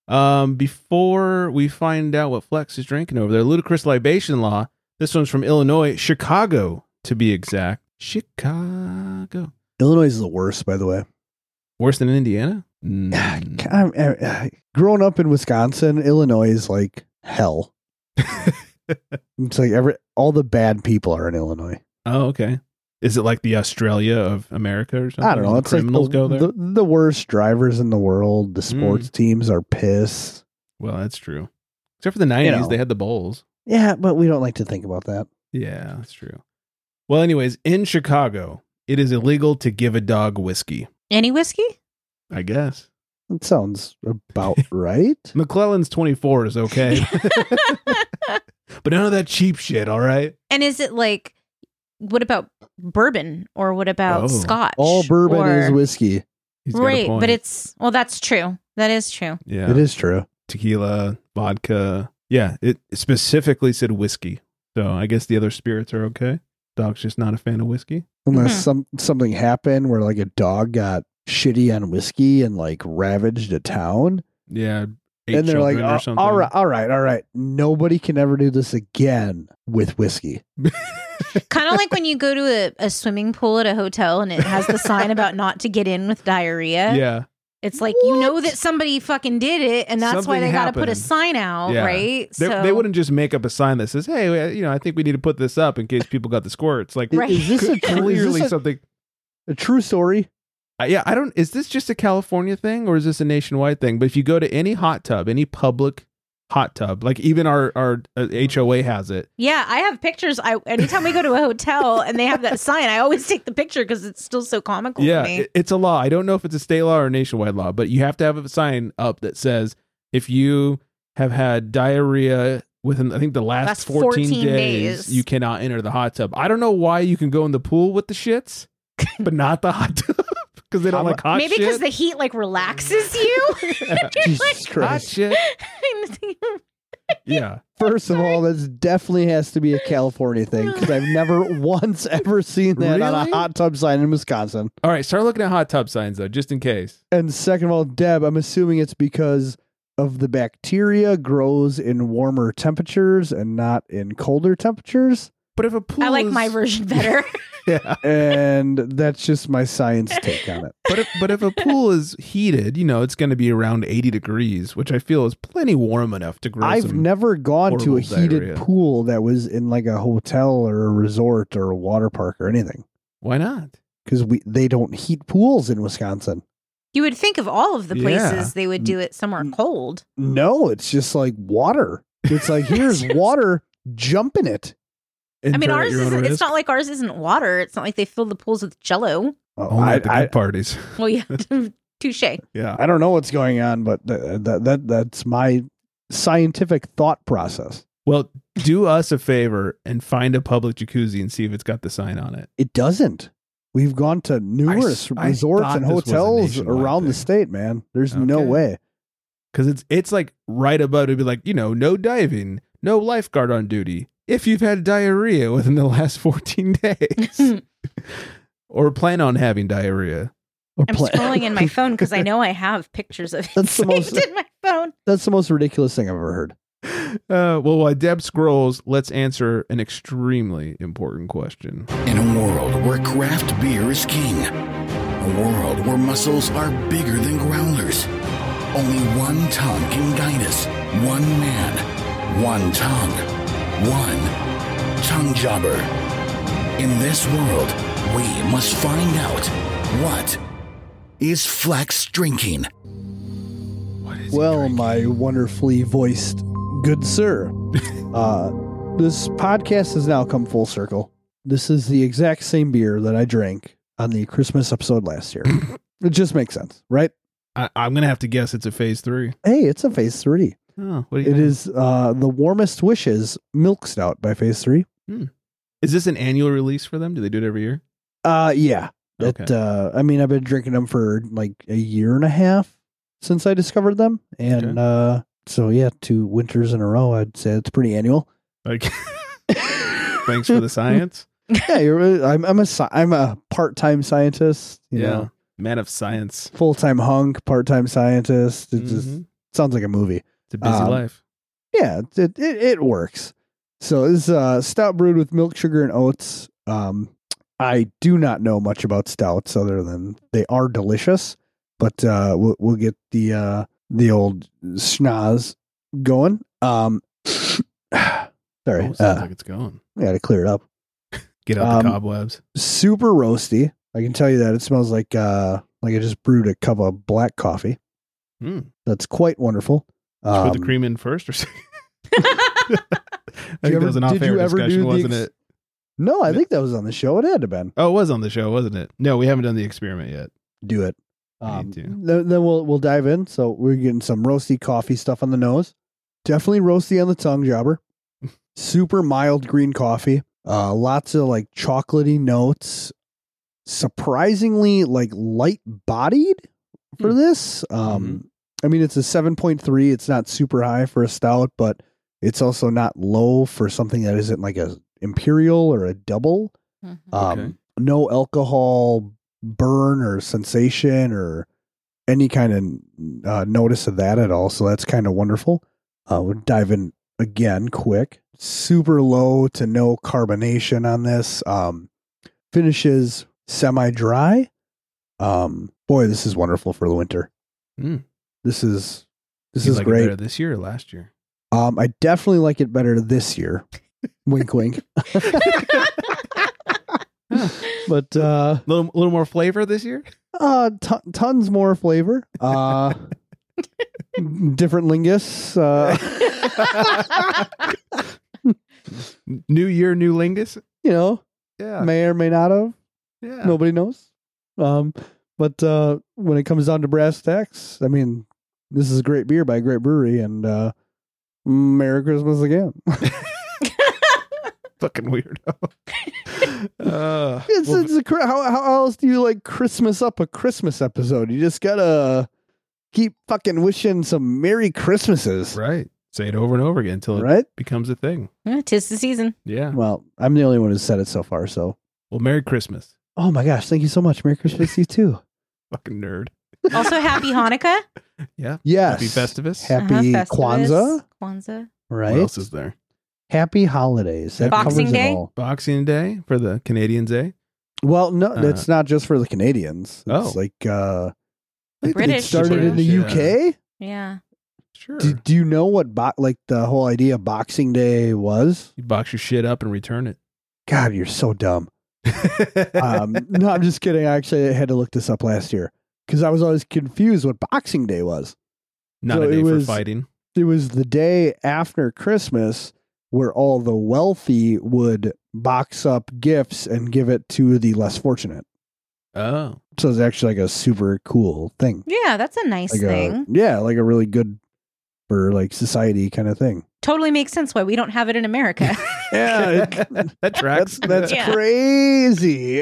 S1: Um, before we find out what Flex is drinking over there, ludicrous libation law. This one's from Illinois, Chicago to be exact. Chicago.
S2: Illinois is the worst, by the way. Ah,
S1: Worse than Indiana? Mm.
S2: I'm, I, growing up in Wisconsin, Illinois is like hell. It's like every all the bad people are in Illinois.
S1: oh, okay. Is it like the Australia of America or something?
S2: I don't know.
S1: The
S2: It's
S1: criminals
S2: like the,
S1: go there.
S2: The, the worst drivers in the world. The sports teams are pissed.
S1: well, that's true. Except for the 90s,
S2: know.
S1: they had the bowls.
S2: Yeah, but we don't like to think about that.
S1: Yeah, that's true. Well, anyways, in Chicago, it is illegal to give a dog whiskey.
S3: Any whiskey?
S1: I guess.
S2: It sounds about right.
S1: McClellan's 24 is okay. but none of that cheap shit, all right?
S3: and is it like what about bourbon or what about
S1: Oh.
S3: scotch?
S2: All bourbon
S3: or-
S2: is whiskey.
S1: He's got a
S3: Right,
S1: point.
S3: but it's well that's true. That is true.
S1: yeah.
S2: It is true.
S1: tequila, vodka. Yeah, it specifically said whiskey. So I guess the other spirits are okay. Dog's just not a fan of whiskey.
S2: Unless
S3: Mhm.
S2: some something happened where like a dog got shitty on whiskey and like ravaged a town,
S1: Yeah. Eight
S2: and they're like,
S1: children or
S2: "Oh,
S1: something.
S2: all right, all right, all right. Nobody can ever do this again with whiskey.
S3: kind of like when you go to a, a swimming pool at a hotel and it has the sign about not to get in with diarrhea.
S1: Yeah.
S3: It's like you know that somebody fucking did it and that's why
S1: Something
S3: they got to put a
S1: happened.
S3: sign out,
S1: Yeah.
S3: right?
S1: They, they wouldn't just make up a sign that says, hey, we- you know, I think we need to put this up in case people got the squirts. Like,
S2: I-
S3: Right.
S2: Is this a true, is
S1: clearly
S2: this a,
S1: something.
S2: a true story?
S1: I- yeah, I don't. Is this just a California thing or is this a nationwide thing? But if you go to any hot tub, any public hot tub, like even our our uh, HOA has it.
S3: Yeah, I have pictures. I anytime we go to a hotel and they have that sign, I always take the picture because it's still so comical
S1: yeah,
S3: to me.
S1: it- it's a law. I don't know if it's a state law or a nationwide law, but you have to have a sign up that says if you have had diarrhea within I think the last,
S3: Last
S1: 14, days,
S3: 14 days.
S1: you cannot enter the hot tub. I don't know why you can go in the pool with the shits, but not the hot tub because they don't
S2: I'm a-
S1: like hot
S3: Maybe because
S1: shit.
S3: the heat like relaxes you.
S2: Jesus
S1: hot
S2: Christ.
S1: shit. Yeah.
S2: First of all, this definitely has to be a California thing because I've never once ever seen that on
S1: Really?
S2: a hot tub sign in Wisconsin.
S1: All right, start looking at hot tub signs though, just in case.
S2: And second of all, Deb, I'm assuming it's because of the bacteria grows in warmer temperatures and not in colder temperatures.
S1: But if a pool,
S3: I like my
S1: is-
S3: version better.
S1: Yeah.
S2: And that's just my science take on it.
S1: But if, but if a pool is heated, you know it's going to be around eighty degrees, which I feel is plenty warm enough to grow.
S2: I've
S1: some-
S2: never gone to a
S1: horrible
S2: heated
S1: diarrhea.
S2: pool that was in like a hotel or a resort or a water park or anything
S1: Why not?
S2: because we they don't heat pools in Wisconsin.
S3: you would think of all of the places
S1: Yeah.
S3: they would do it somewhere cold.
S2: No, it's just like water. It's like here's water, jump in it.
S3: I mean, ours
S1: is
S3: isn't. It's not like ours isn't water. It's not like they fill the pools with Jello.
S1: only at the
S2: Oh, I,
S1: good parties.
S3: Well, yeah, touche.
S1: Oh Yeah.
S2: I, I don't know what's going on, but th- that that that's my scientific thought process.
S1: Well, do us a favor and find a public jacuzzi and see if it's got the sign on it.
S2: It doesn't. We've gone to numerous
S1: s- I
S2: resorts
S1: thought
S2: and
S1: this was a
S2: hotels
S1: nationwide
S2: around
S1: thing.
S2: the state, man. There's no
S1: Okay.
S2: way.
S1: Because it's it's like right above it. would Be like you know, no diving, no lifeguard on duty. If you've had diarrhea within the last fourteen days, or plan on having diarrhea,
S2: Or
S3: I'm
S2: pla-
S3: scrolling in my phone because I know I have pictures of it
S2: That's the most-
S3: saved in my phone.
S2: That's the most ridiculous thing I've ever heard.
S1: Uh, well, while Deb scrolls, let's answer an extremely important question.
S6: In a world where craft beer is king, a world where muscles are bigger than growlers, only one tongue can guide us. One man, one tongue, one tongue jobber. In this world, we must find out what is Flex drinking.
S1: What is
S2: Well, my wonderfully voiced good sir, uh, This podcast has now come full circle. This is the exact same beer that I drank on the Christmas episode last year. it just makes sense, right?
S1: I, I'm gonna have to guess it's a phase three.
S2: Hey, it's a Phase 3.
S1: Oh, what do you
S2: It is uh, the Warmest Wishes Milk Stout by Phase 3.
S1: Is this an annual release for them? Do they do it every year?
S2: Uh, yeah. That,
S1: Okay.
S2: uh, I mean, I've been drinking them for like a year and a half since I discovered them. And
S1: Okay.
S2: uh, so, yeah, two winters in a row, I'd say it's pretty annual.
S3: uh,
S1: Like, thanks for the science.
S2: yeah, you're, I'm, I'm a sci- I'm a part time scientist. You
S1: Yeah.
S2: know,
S1: Man of science.
S2: full time hunk, part time scientist. It just
S1: Mhm.
S2: sounds like a movie.
S1: It's a busy
S2: um,
S1: life.
S2: Yeah, it it, it, it works. So this is, uh, stout brewed with milk, sugar, and oats. Um, I do not know much about stouts other than they are delicious, but uh, we'll, we'll get the uh, the old schnoz going. Um, sorry,
S1: Oh, sounds
S2: uh,
S1: like it's going.
S2: I got to clear it up.
S1: Get out
S2: um,
S1: the cobwebs.
S2: super roasty. I can tell you that it smells like uh like I just brewed a cup of black coffee.
S1: Mm.
S2: That's quite wonderful.
S1: Did you
S2: Um,
S1: put the cream in first or second? I
S2: Did
S1: think
S2: you
S1: that
S2: ever-
S1: was an
S2: did
S1: off-air
S2: you ever do
S1: discussion,
S2: the
S1: wasn't
S2: ex-
S1: it?
S2: No, I think that was on the show. It had to been.
S1: Oh, it was on the show, wasn't it? No, we haven't done the experiment yet.
S2: Do it.
S1: I
S2: Um,
S1: need to.
S2: then, then we'll we'll dive in. So we're getting some roasty coffee stuff on the nose. Definitely roasty on the tongue, jobber. Super mild green coffee. Uh, lots of like chocolatey notes. Surprisingly, like light bodied for
S1: Hmm.
S2: this. Um, I mean, it's a seven point three. It's not super high for a stout, but it's also not low for something that isn't like a imperial or a double. Um,
S1: Okay.
S2: No alcohol burn or sensation or any kind of uh, notice of that at all. So that's kind of wonderful. Uh, we'll dive in again quick. Super low to no carbonation on this. Um, finishes semi dry. Um, boy, this is wonderful for the winter.
S1: Mm.
S2: This is this
S1: You
S2: is
S1: like it
S2: great.
S1: better this year or last year?
S2: Um, I definitely like it better this year. wink, wink. But uh,
S1: A little, little more flavor this year?
S2: Uh, ton tons more flavor. Uh, different lingus. Uh,
S1: New year, new lingus?
S2: you know,
S1: Yeah.
S2: may or may not have.
S1: yeah.
S2: Nobody knows. Um, but uh, when it comes down to brass tacks, I mean, this is a great beer by a great brewery, and uh, Merry Christmas again.
S1: Fucking weirdo. uh,
S2: it's,
S1: well,
S2: it's a, cri- how how else do you like Christmas up a Christmas episode? You just gotta keep fucking wishing some Merry Christmases,
S1: right. Say it over and over again until it
S2: right?
S1: becomes a thing.
S3: Tis the season.
S1: Yeah.
S2: Well, I'm the only one who said it so far, so.
S1: Well, Merry Christmas,
S2: Oh my gosh, thank you so much. Merry Christmas to you too.
S1: fucking nerd.
S3: Also, happy Hanukkah.
S1: Yeah.
S2: Yes.
S1: Happy Festivus.
S2: Happy
S3: Uh-huh, Festivus,
S2: Kwanzaa,
S3: Kwanzaa.
S2: right?
S1: What else is there?
S2: Happy holidays. That
S1: Boxing
S2: covers it
S3: Day?
S2: all.
S1: Boxing Day for the Canadians eh? Day.
S2: Well, no, that's not just for the Canadians. It's
S1: Uh-huh. Oh.
S2: like uh
S1: The
S2: it
S3: British
S2: started in the
S1: too.
S2: UK.
S3: Yeah.
S1: Sure.
S2: Do, do you know what bo- like the whole idea of Boxing Day was?
S1: you box your shit up and return it.
S2: God, you're so dumb. Um, no, I'm just kidding. I actually had to look this up last year because I was always confused what Boxing Day was.
S1: Not
S2: so
S1: a day
S2: it was-
S1: for fighting.
S2: it was the day after Christmas where all the wealthy would box up gifts and give it to the less fortunate.
S1: Oh.
S2: So it's actually like a super cool thing.
S3: Yeah, that's a nice
S2: Like
S3: thing.
S2: a, yeah, like a really good for like society kind of thing.
S3: totally makes sense why we don't have it in America.
S2: Yeah,
S1: that
S2: that's
S1: tracks. Hmm.
S2: that's
S3: Yeah.
S2: crazy.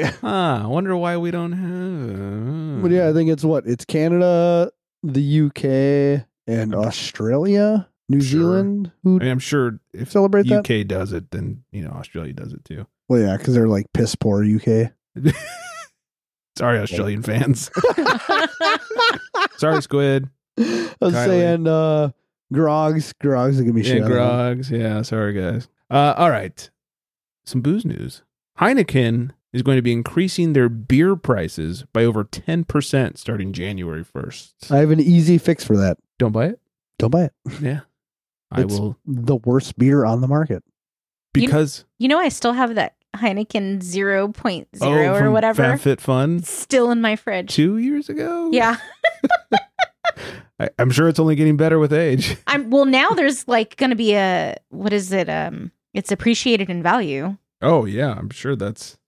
S1: Huh, I wonder why we don't have.
S2: But yeah, I think it's what it's Canada, the UK, and Australia, New
S1: Sure.
S2: Zealand who
S1: I mean, I'm sure if
S2: celebrate that.
S1: UK does it, then you know Australia does it too.
S2: Well, yeah, because they're like piss poor UK.
S1: Sorry, Australian fans. Sorry, Squid.
S2: I was
S1: Kylie.
S2: saying uh Grogs. Grogs are gonna be
S1: Yeah,
S2: shit. on
S1: Grogs. Yeah, sorry guys. Uh, all right, some booze news. Heineken is going to be increasing their beer prices by over ten percent starting January first.
S2: that. I have an easy fix for that.
S1: Don't buy it.
S2: Don't buy it.
S1: Yeah, I
S2: It's-
S1: will
S2: The worst beer on the market.
S3: You-
S1: because
S3: you know, I still have that Heineken 0.0
S1: oh,
S3: or
S1: from
S3: whatever
S1: FabFit Fun
S3: It's still in my fridge.
S1: two years ago.
S3: Yeah.
S1: I, I'm sure it's only getting better with age.
S3: I'm well now there's like going to be a what is it um It's appreciated in value.
S1: Oh yeah, I'm sure that's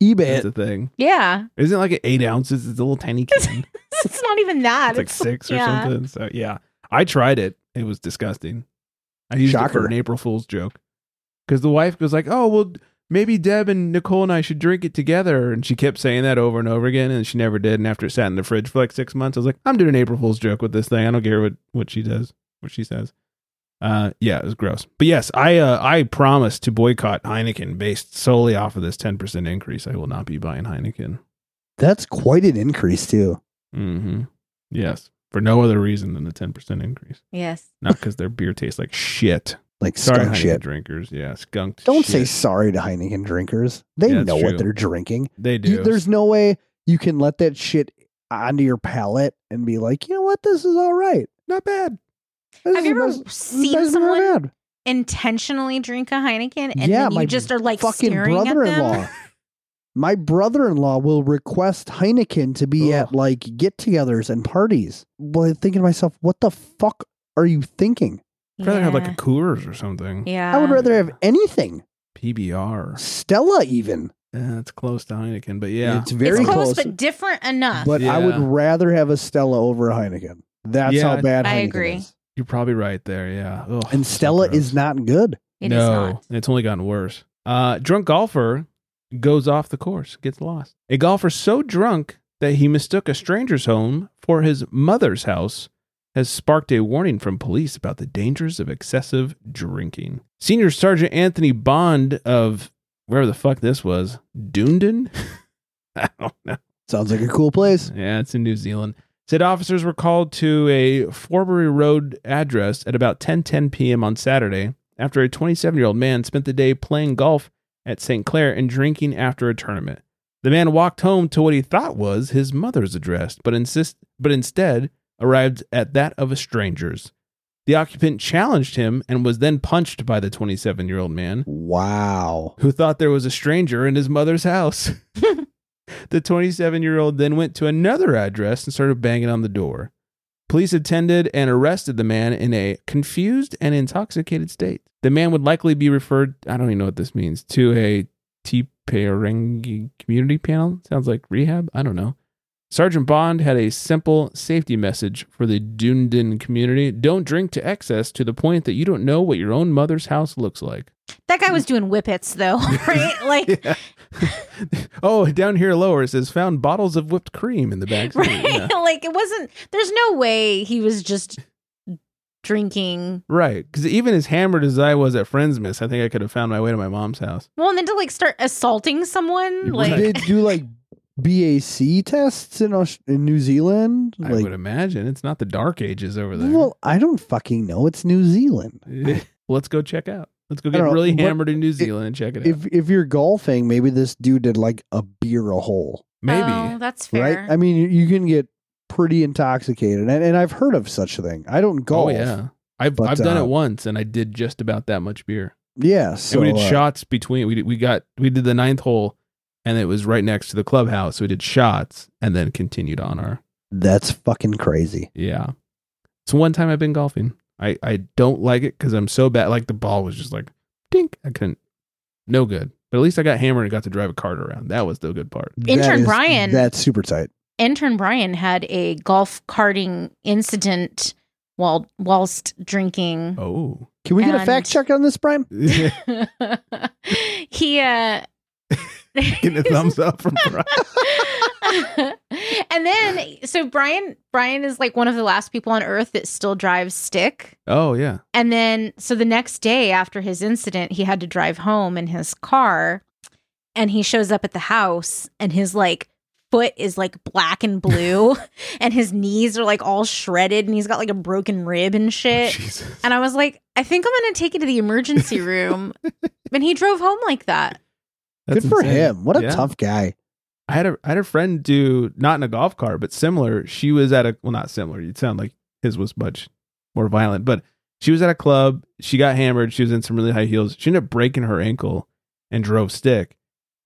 S2: eBay.
S1: that's
S2: it.
S1: a thing.
S3: Yeah.
S1: Isn't it like eight ounces? It's a little tiny can.
S3: it's not even that.
S1: it's like six or
S3: yeah.
S1: something. So yeah, I tried it. It was disgusting. I used it
S2: Shocker.
S1: for an April Fool's joke because the wife was like, "Oh well, maybe Deb and Nicole and I should drink it together," and she kept saying that over and over again, and she never did. And after it sat in the fridge for like six months, I was like, "I'm doing an April Fool's joke with this thing. I don't care what what she does, what she says." Uh, yeah, it was gross. But yes, I uh, I promise to boycott Heineken based solely off of this ten percent increase. I will not be buying Heineken.
S2: That's quite an increase too.
S1: Mm-hmm. Yes, for no other reason than the ten percent increase.
S3: Yes.
S1: Not because their beer tastes like shit.
S2: Like
S1: Sorry, Heineken
S2: skunk shit.
S1: drinkers. Yeah, skunked.
S2: Don't say
S1: shit.
S2: sorry to Heineken drinkers. They
S1: Yeah, it's
S2: know
S1: true.
S2: what they're drinking.
S1: they do.
S2: You- there's no way you can let that shit onto your palate and be like, you know what, this is all right.
S1: not bad.
S2: This
S3: Have
S2: is
S3: you ever
S2: the best- this is the
S3: seen
S2: best I've ever
S3: someone
S2: had."
S3: intentionally drink a Heineken and
S2: Yeah,
S3: then
S2: my
S3: you just are like
S2: fucking
S3: staring at them?
S2: brother-in-law. My brother-in-law will request Heineken to be
S1: Ugh.
S2: at like get-togethers and parties. Well, I'm thinking to myself, what the fuck are you thinking?
S1: I'd rather have like a Coors or something.
S3: yeah.
S2: I would rather
S3: Uh,
S2: have anything,
S1: PBR.
S2: Stella even.
S1: Eh, it's close to Heineken, but yeah,
S2: it's very
S3: it's
S2: close,
S3: close, but different enough.
S2: but I would
S1: Yeah.
S2: rather have a Stella over a Heineken. That's
S1: Yeah.
S2: how bad
S3: I
S2: Heineken
S3: agree.
S2: is.
S1: you're probably right there. Yeah. Ugh,
S2: And
S1: so
S2: Stella
S1: gross.
S2: is not good.
S3: It is
S1: no,
S3: not.
S1: and it's only gotten worse. Uh, drunk golfer goes off the course, gets lost. A golfer so drunk that he mistook a stranger's home for his mother's house has sparked a warning from police about the dangers of excessive drinking. Senior Sergeant Anthony Bond of wherever the fuck this was, Dunedin? I don't know.
S2: Sounds like a cool place.
S1: Yeah, it's in New Zealand. Said officers were called to a Forbury Road address at about 10:10 p.m. on Saturday after a 27-year-old man spent the day playing golf at St. Clair and drinking after a tournament. The man walked home to what he thought was his mother's address, but insist but instead arrived at that of a stranger's. The occupant challenged him and was then punched by the 27-year-old man
S2: Wow.
S1: who thought there was a stranger in his mother's house. the 27 year old then went to another address and started banging on the door. Police attended and arrested the man in a confused and intoxicated state. The man would likely be referred, I don't even know what this means, to a Tiperangi community panel. Sounds like rehab. I don't know. Sergeant Bond had a simple safety message for the Dunedin community. Don't drink to excess to the point that you don't know what your own mother's house looks like.
S3: That guy was doing whippets though, right? Like
S1: Yeah. oh, down here lower it says found bottles of whipped cream in the back. seat."
S3: right?
S1: Yeah.
S3: like it wasn't there's no way he was just drinking
S1: Right. Because even as hammered as I was at Friends Miss, I think I could have found my way to my mom's house.
S3: well and then to like start assaulting someone
S1: You're
S3: like
S1: right.
S2: They do like BAC tests in Aus- in New Zealand.
S1: I
S2: Like,
S1: would imagine. It's not the dark ages over there.
S2: well, I don't fucking know. It's New Zealand.
S1: Let's go check out. Let's go
S2: I
S1: get
S2: don't know,
S1: really
S2: what-
S1: hammered in New Zealand and check it out.
S2: If if you're golfing, maybe this dude did like a beer a hole,
S1: Maybe.
S2: um,
S3: Oh, that's fair.
S2: right? I mean, you- you can get pretty intoxicated, and, and I've heard of such a thing. I don't golf.
S1: Oh, yeah. I've,
S2: But,
S1: I've done
S2: uh,
S1: it once and I did just about that much beer.
S2: Yeah, So
S1: and we did
S2: uh,
S1: shots between. We, did, we got, we did the ninth hole and it was right next to the clubhouse. So we did shots and then continued on our
S2: that's fucking crazy.
S1: Yeah. So one time I've been golfing. I, I don't like it because I'm so bad. Like the ball was just like dink. I couldn't. No good. But at least I got hammered and got to drive a cart around. That was the good part.
S2: That
S3: Intern
S2: is-
S3: Brian.
S2: That's super tight.
S3: intern Brian had a golf karting incident while whilst drinking.
S1: Oh.
S2: Can we get a
S3: And-
S2: fact check on this, Brian?
S1: Getting
S3: he uh
S1: a thumbs up from Brian.
S3: and then so Brian Brian is like one of the last people on earth that still drives stick.
S1: Oh, yeah.
S3: And then so the next day after his incident, he had to drive home in his car and he shows up at the house and his like foot is like black and blue and his knees are like all shredded and he's got like a broken rib Eh, and shit.
S1: Oh, Jesus.
S3: And I was like, I think I'm going to take you to the emergency room. and he drove home like that.
S1: That's
S2: Good for
S1: insane.
S2: him. What a
S1: Yeah.
S2: tough guy.
S1: I had a I had a friend do not in a golf cart, but similar. She was at a well, not similar. You'd sound like his was much more violent, but she was at a club. She got hammered. She was in some really high heels. She ended up breaking her ankle and drove stick.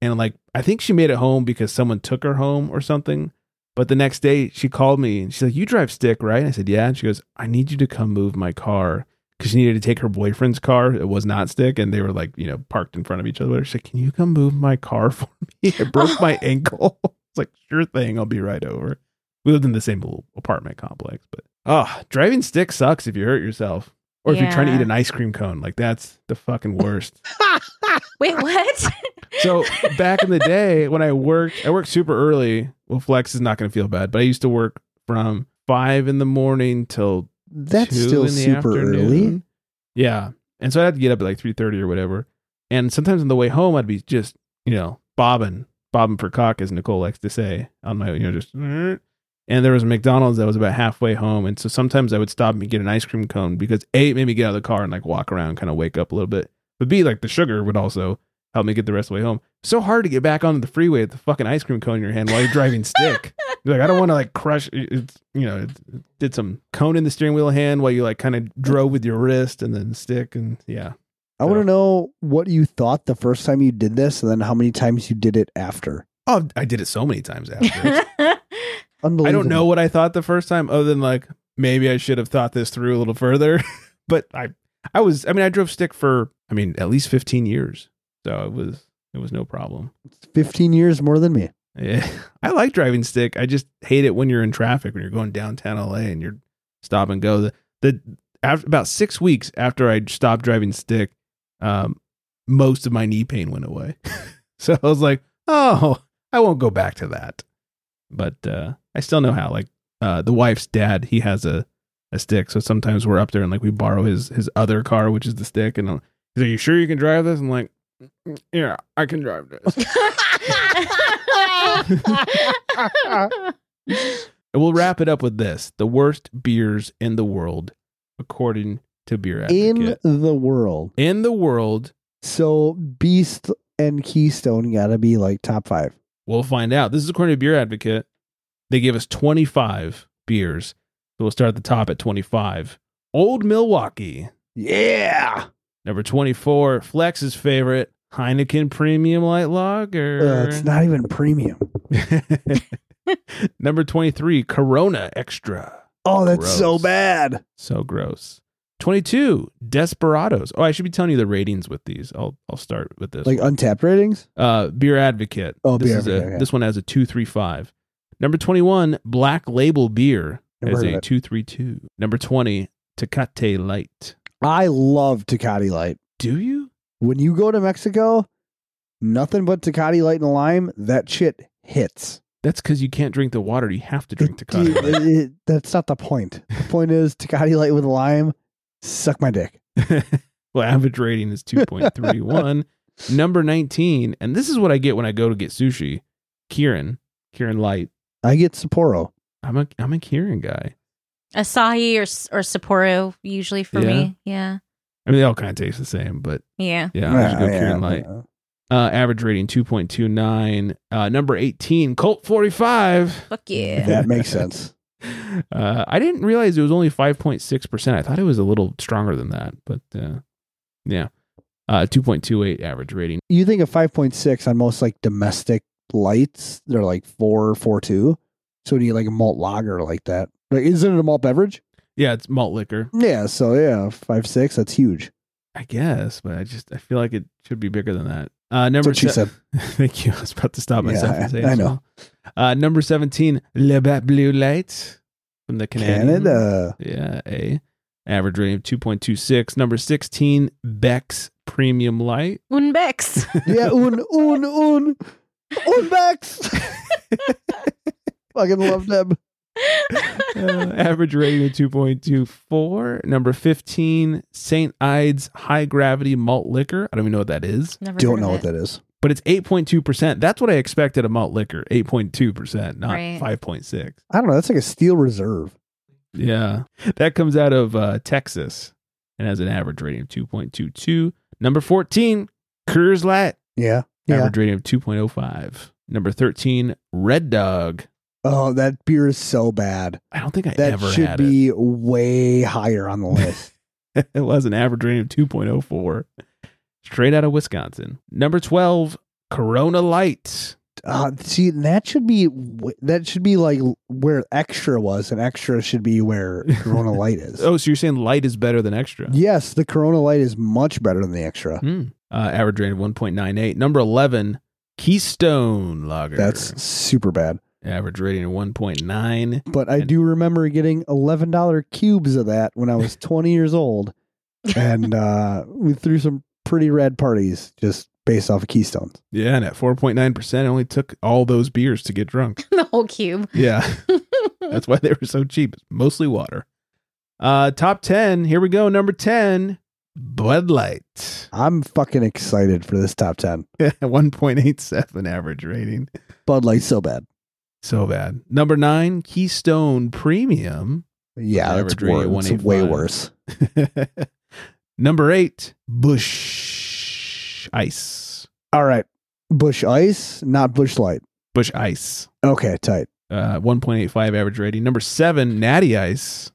S1: And like I think she made it home because someone took her home or something. But the next day she called me and she's like, "You drive stick, right?" I said, "Yeah." And she goes, "I need you to come move my car because she needed to take her boyfriend's car. It was not stick, and they were like, you know, parked in front of each other. She's like, "Can you come move my car for me? I broke my ankle." It's like, "Sure thing, I'll be right over." We lived in the same little apartment complex, but ah, driving stick sucks if you hurt yourself or if you're trying to
S3: Yeah.
S1: eat an ice cream cone. Like that's the fucking worst.
S3: Wait, what?
S1: So back in the day when I worked, I worked super early. Well, Flex is not going to feel bad, but I used to work from five in the morning till
S2: That's
S1: two
S2: still
S1: in the
S2: super early.
S1: afternoon. Yeah, and so I had to get up at like three thirty or whatever. And sometimes on the way home, I'd be just you know bobbing, bobbing for cock, as Nicole likes to say, on my you know just. "Mm." And there was a McDonald's that was about halfway home, and so sometimes I would stop and get an ice cream cone because a it made me get out of the car and like walk around, kind of wake up a little bit. But b like the sugar would also help me get the rest of the way home. So hard to get back onto the freeway with the fucking ice cream cone in your hand while you're driving stick. You're like I don't want to like crush. it- It's you know it did some cone in the steering wheel hand while you like kind of drove with your wrist and then stick and yeah.
S2: I want to know what you thought the first time you did this, and then how many times you did it after.
S1: Oh, I did it so many times after.
S2: Unbelievable.
S1: I don't know what I thought the first time, other than like maybe I should have thought this through a little further. but I, I was, I mean, I drove stick for, I mean, at least fifteen years, so it was, it was no problem.
S2: Fifteen years more than me.
S1: Yeah, I like driving stick. I just hate it when you're in traffic when you're going downtown LA and you're stop and go. The, the after about six weeks after I stopped driving stick, um, most of my knee pain went away. so I was like, oh, I won't go back to that. But uh, I still know how. Like uh, the wife's dad, he has a a stick, so sometimes we're up there and like we borrow his his other car, which is the stick, and I'm, he's like, "You sure you can drive this?" I'm like, "Mm, "Yeah, I can drive this." And we'll wrap it up with this: the worst beers in the world, according to Beer
S2: In
S1: Advocate.
S2: the world,
S1: In, the world,
S2: so Beast and Keystone gotta be like top five.
S1: we'll find out. This is according to Beer Advocate. They gave us 25 beers, so we'll start at the top at 25. Old Milwaukee,
S2: Yeah.
S1: number 24. Flex's favorite Heineken Premium Light Lager.
S2: Uh, it's not even premium.
S1: number 23, Corona Extra.
S2: Oh, that's so
S1: Gross.
S2: bad.
S1: So gross. 22, Desperados. Oh, I should be telling you the ratings with these. I'll I'll start with this.
S2: Like untapped ratings.
S1: uh, Beer Advocate.
S2: Oh,
S1: this
S2: Beer
S1: is
S2: Advocate,
S1: A,
S2: yeah.
S1: This one has a 235. Number 21, Black Label Beer
S2: Never
S1: has
S2: heard of
S1: a
S2: it.
S1: 232. Number 20, Tecate Light.
S2: I love Tecate Light.
S1: Do you?
S2: When you go to Mexico, nothing but Tecate Light and lime. That shit hits.
S1: That's because you can't drink the water. You have to drink
S2: Dude,
S1: Tecate Light.
S2: it- it- that's not the point. The point is Tecate Light with lime. Suck my dick.
S1: well, average rating is 2.31. Number 19, and this is what I get when I go to get sushi. Kieran. Kieran Light.
S2: I get Sapporo.
S1: I'm a I'm a Kieran guy.
S3: Asahi or S- or Sapporo usually for me. Yeah.
S1: I mean, they all kind of taste the same, but
S3: Yeah.
S1: yeah, I should go
S2: Ah, yeah,
S1: Kieran Light.
S2: uh,
S1: Uh, average rating 2.29. Uh, number 18, Colt 45.
S3: Fuck yeah.
S2: That makes sense.
S1: Uh, I didn't realize it was only 5.6%. I thought it was a little stronger than that, but uh, yeah. Uh, 2.28 average rating.
S2: You think of 5.6 on most like domestic lights, they're like 4, 4, 2. So do you like a malt lager like that? Like, isn't it a malt beverage?
S1: Yeah, it's malt liquor,
S2: Yeah. So yeah, 5, 6, that's huge.
S1: I guess, but I just I feel like it should be bigger than that. Uh, number
S2: what she
S1: se- Thank you. I was about to stop
S2: Yeah,
S1: myself. and say it
S2: I
S1: as
S2: know.
S1: well. Uh, number 17, Le Bat Blue Light from the Canadian.
S2: Canada.
S1: Yeah, A. Average rating of 2.26. Number 16, Beck's Premium Light.
S3: Unbex.
S2: yeah, un, un, un, un Bex. Fucking love them.
S1: Uh, average rating of 2.24. Number 15, St. Ides High Gravity Malt Liquor. I don't even know what that is,
S3: Never
S2: Don't
S3: heard
S2: know
S3: of
S2: what
S3: it.
S2: that is.
S1: but it's 8.2%. That's what I expected a malt liquor 8.2%, not
S3: Right.
S1: 5.6.
S2: I don't know. That's like a steel reserve.
S1: Yeah. That comes out of uh, Texas and has an average rating of 2.22. Number 14, Coors Light.
S2: Yeah. Yeah.
S1: Average rating of 2.05. Number 13, Red Dog.
S2: Oh, that beer is so bad.
S1: I don't think I
S2: That
S1: ever
S2: should
S1: had it.
S2: be way higher on the list.
S1: it was an average rating of 2.04. Straight out of Wisconsin. Number 12, Corona Light.
S2: Uh, see, that should be w- that should be like where extra was, and extra should be where Corona Light is.
S1: Oh, so you're saying light is better than extra?
S2: Yes, the Corona Light is much better than the extra.
S1: Hmm. Uh, average rating of 1.98. Number 11, Keystone Lager.
S2: That's super bad.
S1: average rating of 1.9.
S2: But I
S1: And-
S2: do remember getting eleven dollar cubes of that when I was twenty years old, and uh, we threw some pretty rad parties just based off of Keystones.
S1: Yeah, and at 4.9%, it only took all those beers to get drunk.
S3: the whole cube.
S1: Yeah. That's why they were so cheap. It's Mostly water. Uh top 10. Here we go. Number 10, Bud Light.
S2: I'm fucking excited for this top ten.
S1: 1.87 average rating.
S2: Bud Light's so bad.
S1: So bad. Number 9, Keystone Premium.
S2: Yeah,
S1: Average
S2: that's
S1: rating
S2: wor-
S1: 185.
S2: it's way worse.
S1: Number 8, Bush Ice.
S2: All right, Bush Ice, not Bush Light.
S1: Bush Ice.
S2: Okay, tight.
S1: Uh 1.85 average rating. Number 7, Natty Ice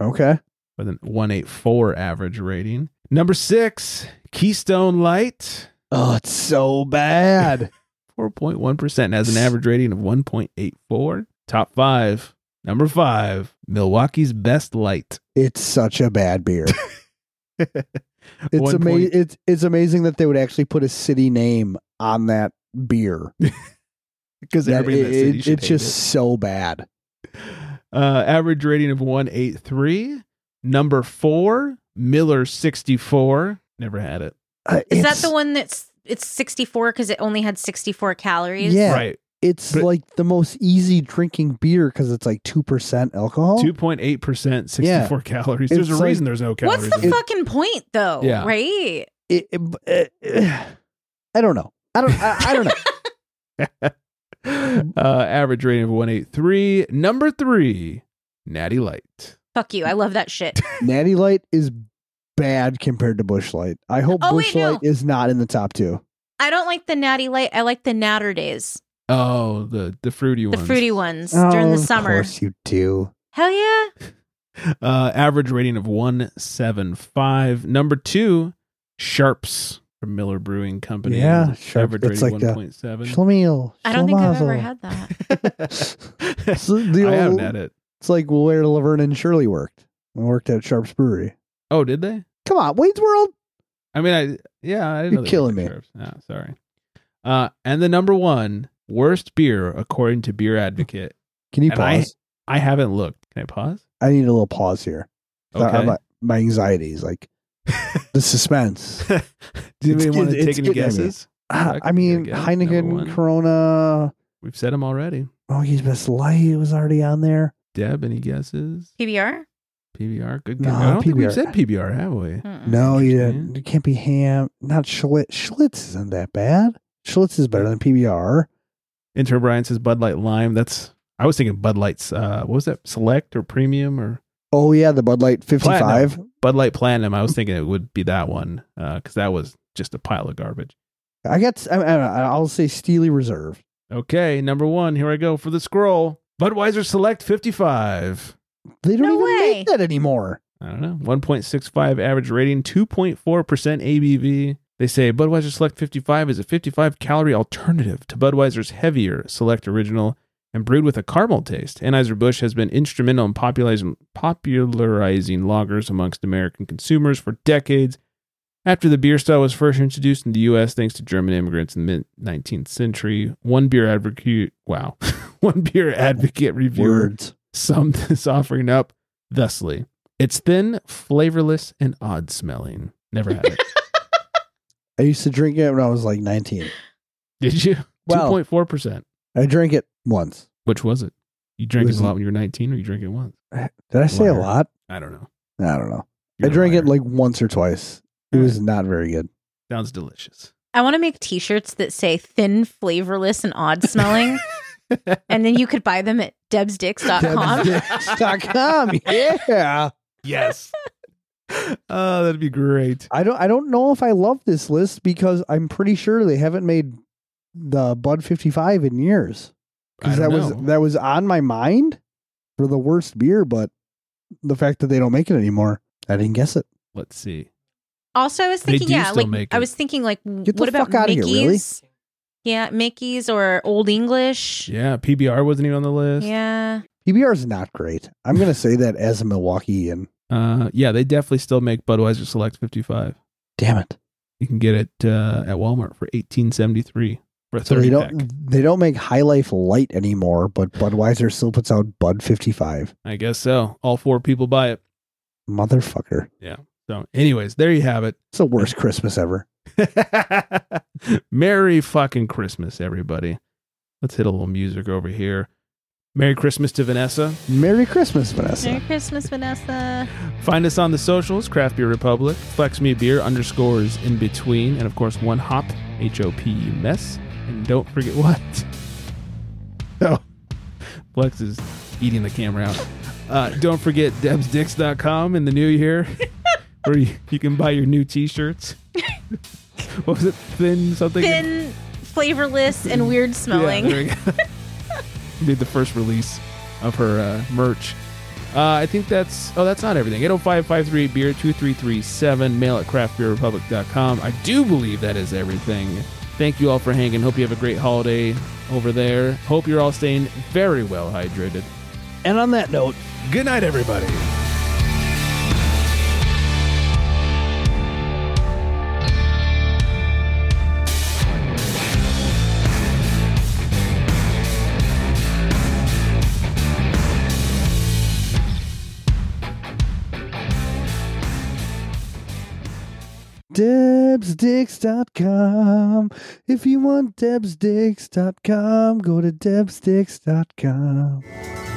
S2: Okay,
S1: with an 184 average rating. Number 6, Keystone Light.
S2: Oh, it's so bad.
S1: 4.1% has an average rating of 1.84. Top five. Number five, Milwaukee's Best Light.
S2: it's such a bad beer. It's
S1: One
S2: amazing.
S1: point-
S2: It's it's amazing that they would actually put a city name on that beer.
S1: Because
S2: That-
S1: everybody in that
S2: it-
S1: city
S2: it-
S1: should
S2: it's
S1: hate
S2: just
S1: it.
S2: so bad.
S1: Uh, average rating of 183. Number four, Miller 64. Never had it.
S2: Uh,
S3: Is that
S2: it's-
S3: the one that's it's 64 because it only had 64 calories?
S2: Yeah.
S1: Right.
S2: It's
S1: But-
S2: like the most easy drinking beer because it's like two percent alcohol.
S1: 2.8%, 64 calories. There's
S2: Oh. It's
S1: a
S2: like-
S1: reason there's no
S3: What's
S1: calories.
S3: the
S1: in it.
S3: fucking point though?
S1: Yeah.
S3: Right.
S2: It- it- uh, uh, I don't know. I don't. I, I don't know.
S1: uh, average rating of 183. Number three, Natty Light.
S3: Fuck you. I love that shit.
S2: Natty Light is bad compared to Bush Light. I hope
S3: Oh, wait,
S2: Bush Light
S3: no.
S2: is not in the top two.
S3: I don't like the natty light. I like the natter days,
S1: Oh, the, the fruity
S3: the
S1: ones.
S3: fruity ones during
S2: Oh,
S3: the
S2: of
S3: summer.
S2: course you do.
S3: Hell yeah.
S1: Uh, average rating of 175. Number two, Sharps from Miller Brewing Company.
S2: Yeah, Sharp.
S1: Average
S2: It's
S1: rating
S2: like a
S1: 1.7.
S2: Schlemiel.
S3: I don't think I've ever
S2: Schlemazel.
S3: had that.
S2: So the
S1: I haven't
S2: old-
S1: had it.
S2: It's like where Laverne and Shirley worked. I worked at Sharp's Brewery.
S1: Oh, did they?
S2: Come on, Wayne's World.
S1: I mean, I yeah, I didn't
S2: You're
S1: know they
S2: killing
S1: were
S2: me.
S1: Sharps. Ah, sorry. Uh, and the number one worst beer according to Beer Advocate.
S2: Can you
S1: And I-
S2: pause?
S1: I haven't looked. Can I pause?
S2: I, need a little pause here. So
S1: Okay.
S2: I'm, uh, my anxiety is like the suspense.
S1: Do
S2: It's
S1: we want to
S2: getting-
S1: take
S2: it's
S1: any
S2: getting at me.
S1: guesses?
S2: Uh,
S1: Okay,
S2: I
S1: there
S2: mean,
S1: we go. Number one.
S2: Heineken, Corona.
S1: We've said them already.
S2: Oh, he's best light was already on there.
S1: Deb, any guesses?
S3: PBR?
S1: PBR, good.
S2: No,
S1: guess. I don't think we've
S2: PBR.
S1: said PBR, have we?
S3: Mm-mm.
S2: No, you
S1: Interesting.
S2: didn't. It can't be ham. Not Schlitz. Schlitz isn't that bad. Schlitz is better than PBR.
S1: Inter Brian says Bud Light Lime. That's I was thinking Bud Light's. Uh, what was that? Select or Premium or
S2: Oh yeah, the Bud Light 55.
S1: Bud Light Platinum? I was thinking it would be that one because that was just a pile of garbage.
S2: I got. I, I, I'll say Steely Reserve.
S1: Okay, number one. Here I go for the scroll. Budweiser Select 55.
S2: They don't
S3: No
S2: even
S3: way.
S2: make that anymore.
S1: I don't know. 1.65 average rating, 2.4% ABV. They say Budweiser Select 55 is a 55 calorie alternative to Budweiser's heavier Select Original and brewed with a caramel taste. Anheuser-Busch has been instrumental in popularizing, popularizing lagers amongst American consumers for decades. After the beer style was first introduced in the U.S., thanks to German immigrants in the mid 19th century, one beer advocate, wow, one beer advocate reviewer
S2: Words.
S1: summed this offering up thusly it's thin, flavorless, and odd smelling. Never had it.
S2: I used to drink it when I was like 19.
S1: Did you?
S2: Well-
S1: 2.4%.
S2: I drank it once.
S1: Which was it? You drank it a
S2: Listen.
S1: lot when you were 19 or you drank it once?
S2: Did I say
S1: Liar.
S2: a lot?
S1: I don't know.
S2: I don't know.
S1: You're
S2: I drank
S1: a
S2: it
S1: liar.
S2: like once or twice. It was
S3: Mm.
S2: not very good.
S1: Sounds delicious.
S3: I want to make t shirts that say thin, flavorless, and odd smelling. and then you could buy them at debsdicks.com.
S2: Debsdicks.com. Yeah.
S1: Yes. oh, that'd be great.
S2: I don't I don't know if I love this list because I'm pretty sure they haven't made the Bud 55 in years.
S1: I
S2: Cuz
S1: don't
S2: that was
S1: know.
S2: that was on my mind for the worst beer, but the fact that they don't make it anymore, I didn't guess it.
S1: Let's see.
S3: Also, I was
S1: They
S3: thinking,
S1: do
S3: yeah,
S1: still
S3: like
S1: make
S3: I
S1: it.
S3: was thinking, like,
S2: Get the
S3: what about
S2: fuck outta here, really?
S3: Mickey's? Yeah, Mickey's or Old English.
S1: Yeah, PBR wasn't even on the list.
S3: Yeah.
S2: PBR is not great. I'm going to say that as a Milwaukeean.
S1: Uh, yeah, they definitely still make Budweiser Select 55.
S2: Damn it.
S1: You can get it uh, at Walmart for 1873 for a
S2: So
S1: 30
S2: they don't
S1: pack.
S2: they don't make High Life light anymore, but Budweiser still puts out Bud 55.
S1: I guess so. All four people buy it.
S2: Motherfucker.
S1: So, anyways, there you have it.
S2: It's the worst Christmas ever.
S1: Merry fucking Christmas, everybody. Let's hit a little music over here. Merry Christmas to Vanessa.
S2: Merry Christmas, Vanessa.
S3: Merry Christmas, Vanessa.
S1: Find us on the socials, Craft Beer Republic, Flex Me Beer underscores in between, and of course, One Hop, H O P U mess. And don't forget what? Oh, Flex is eating the camera out. Uh, don't forget debsdicks.com in the new year, where you, you can buy your new t shirts. what was it? Thin something?
S3: Thin, flavorless, and weird smelling.
S1: Yeah, there we go. Did the first release of her uh, merch. Uh, I think that's oh that's not everything. 805 538 beer 2337 mail at craftbeerrepublic.com. I do believe that is everything. Thank you all for hanging. Hope you have a great holiday over there. Hope you're all staying very well hydrated.
S2: And on that note,
S1: Good night everybody.
S2: debsdicks.com. If you want debsdicks.com, go to debsdicks.com.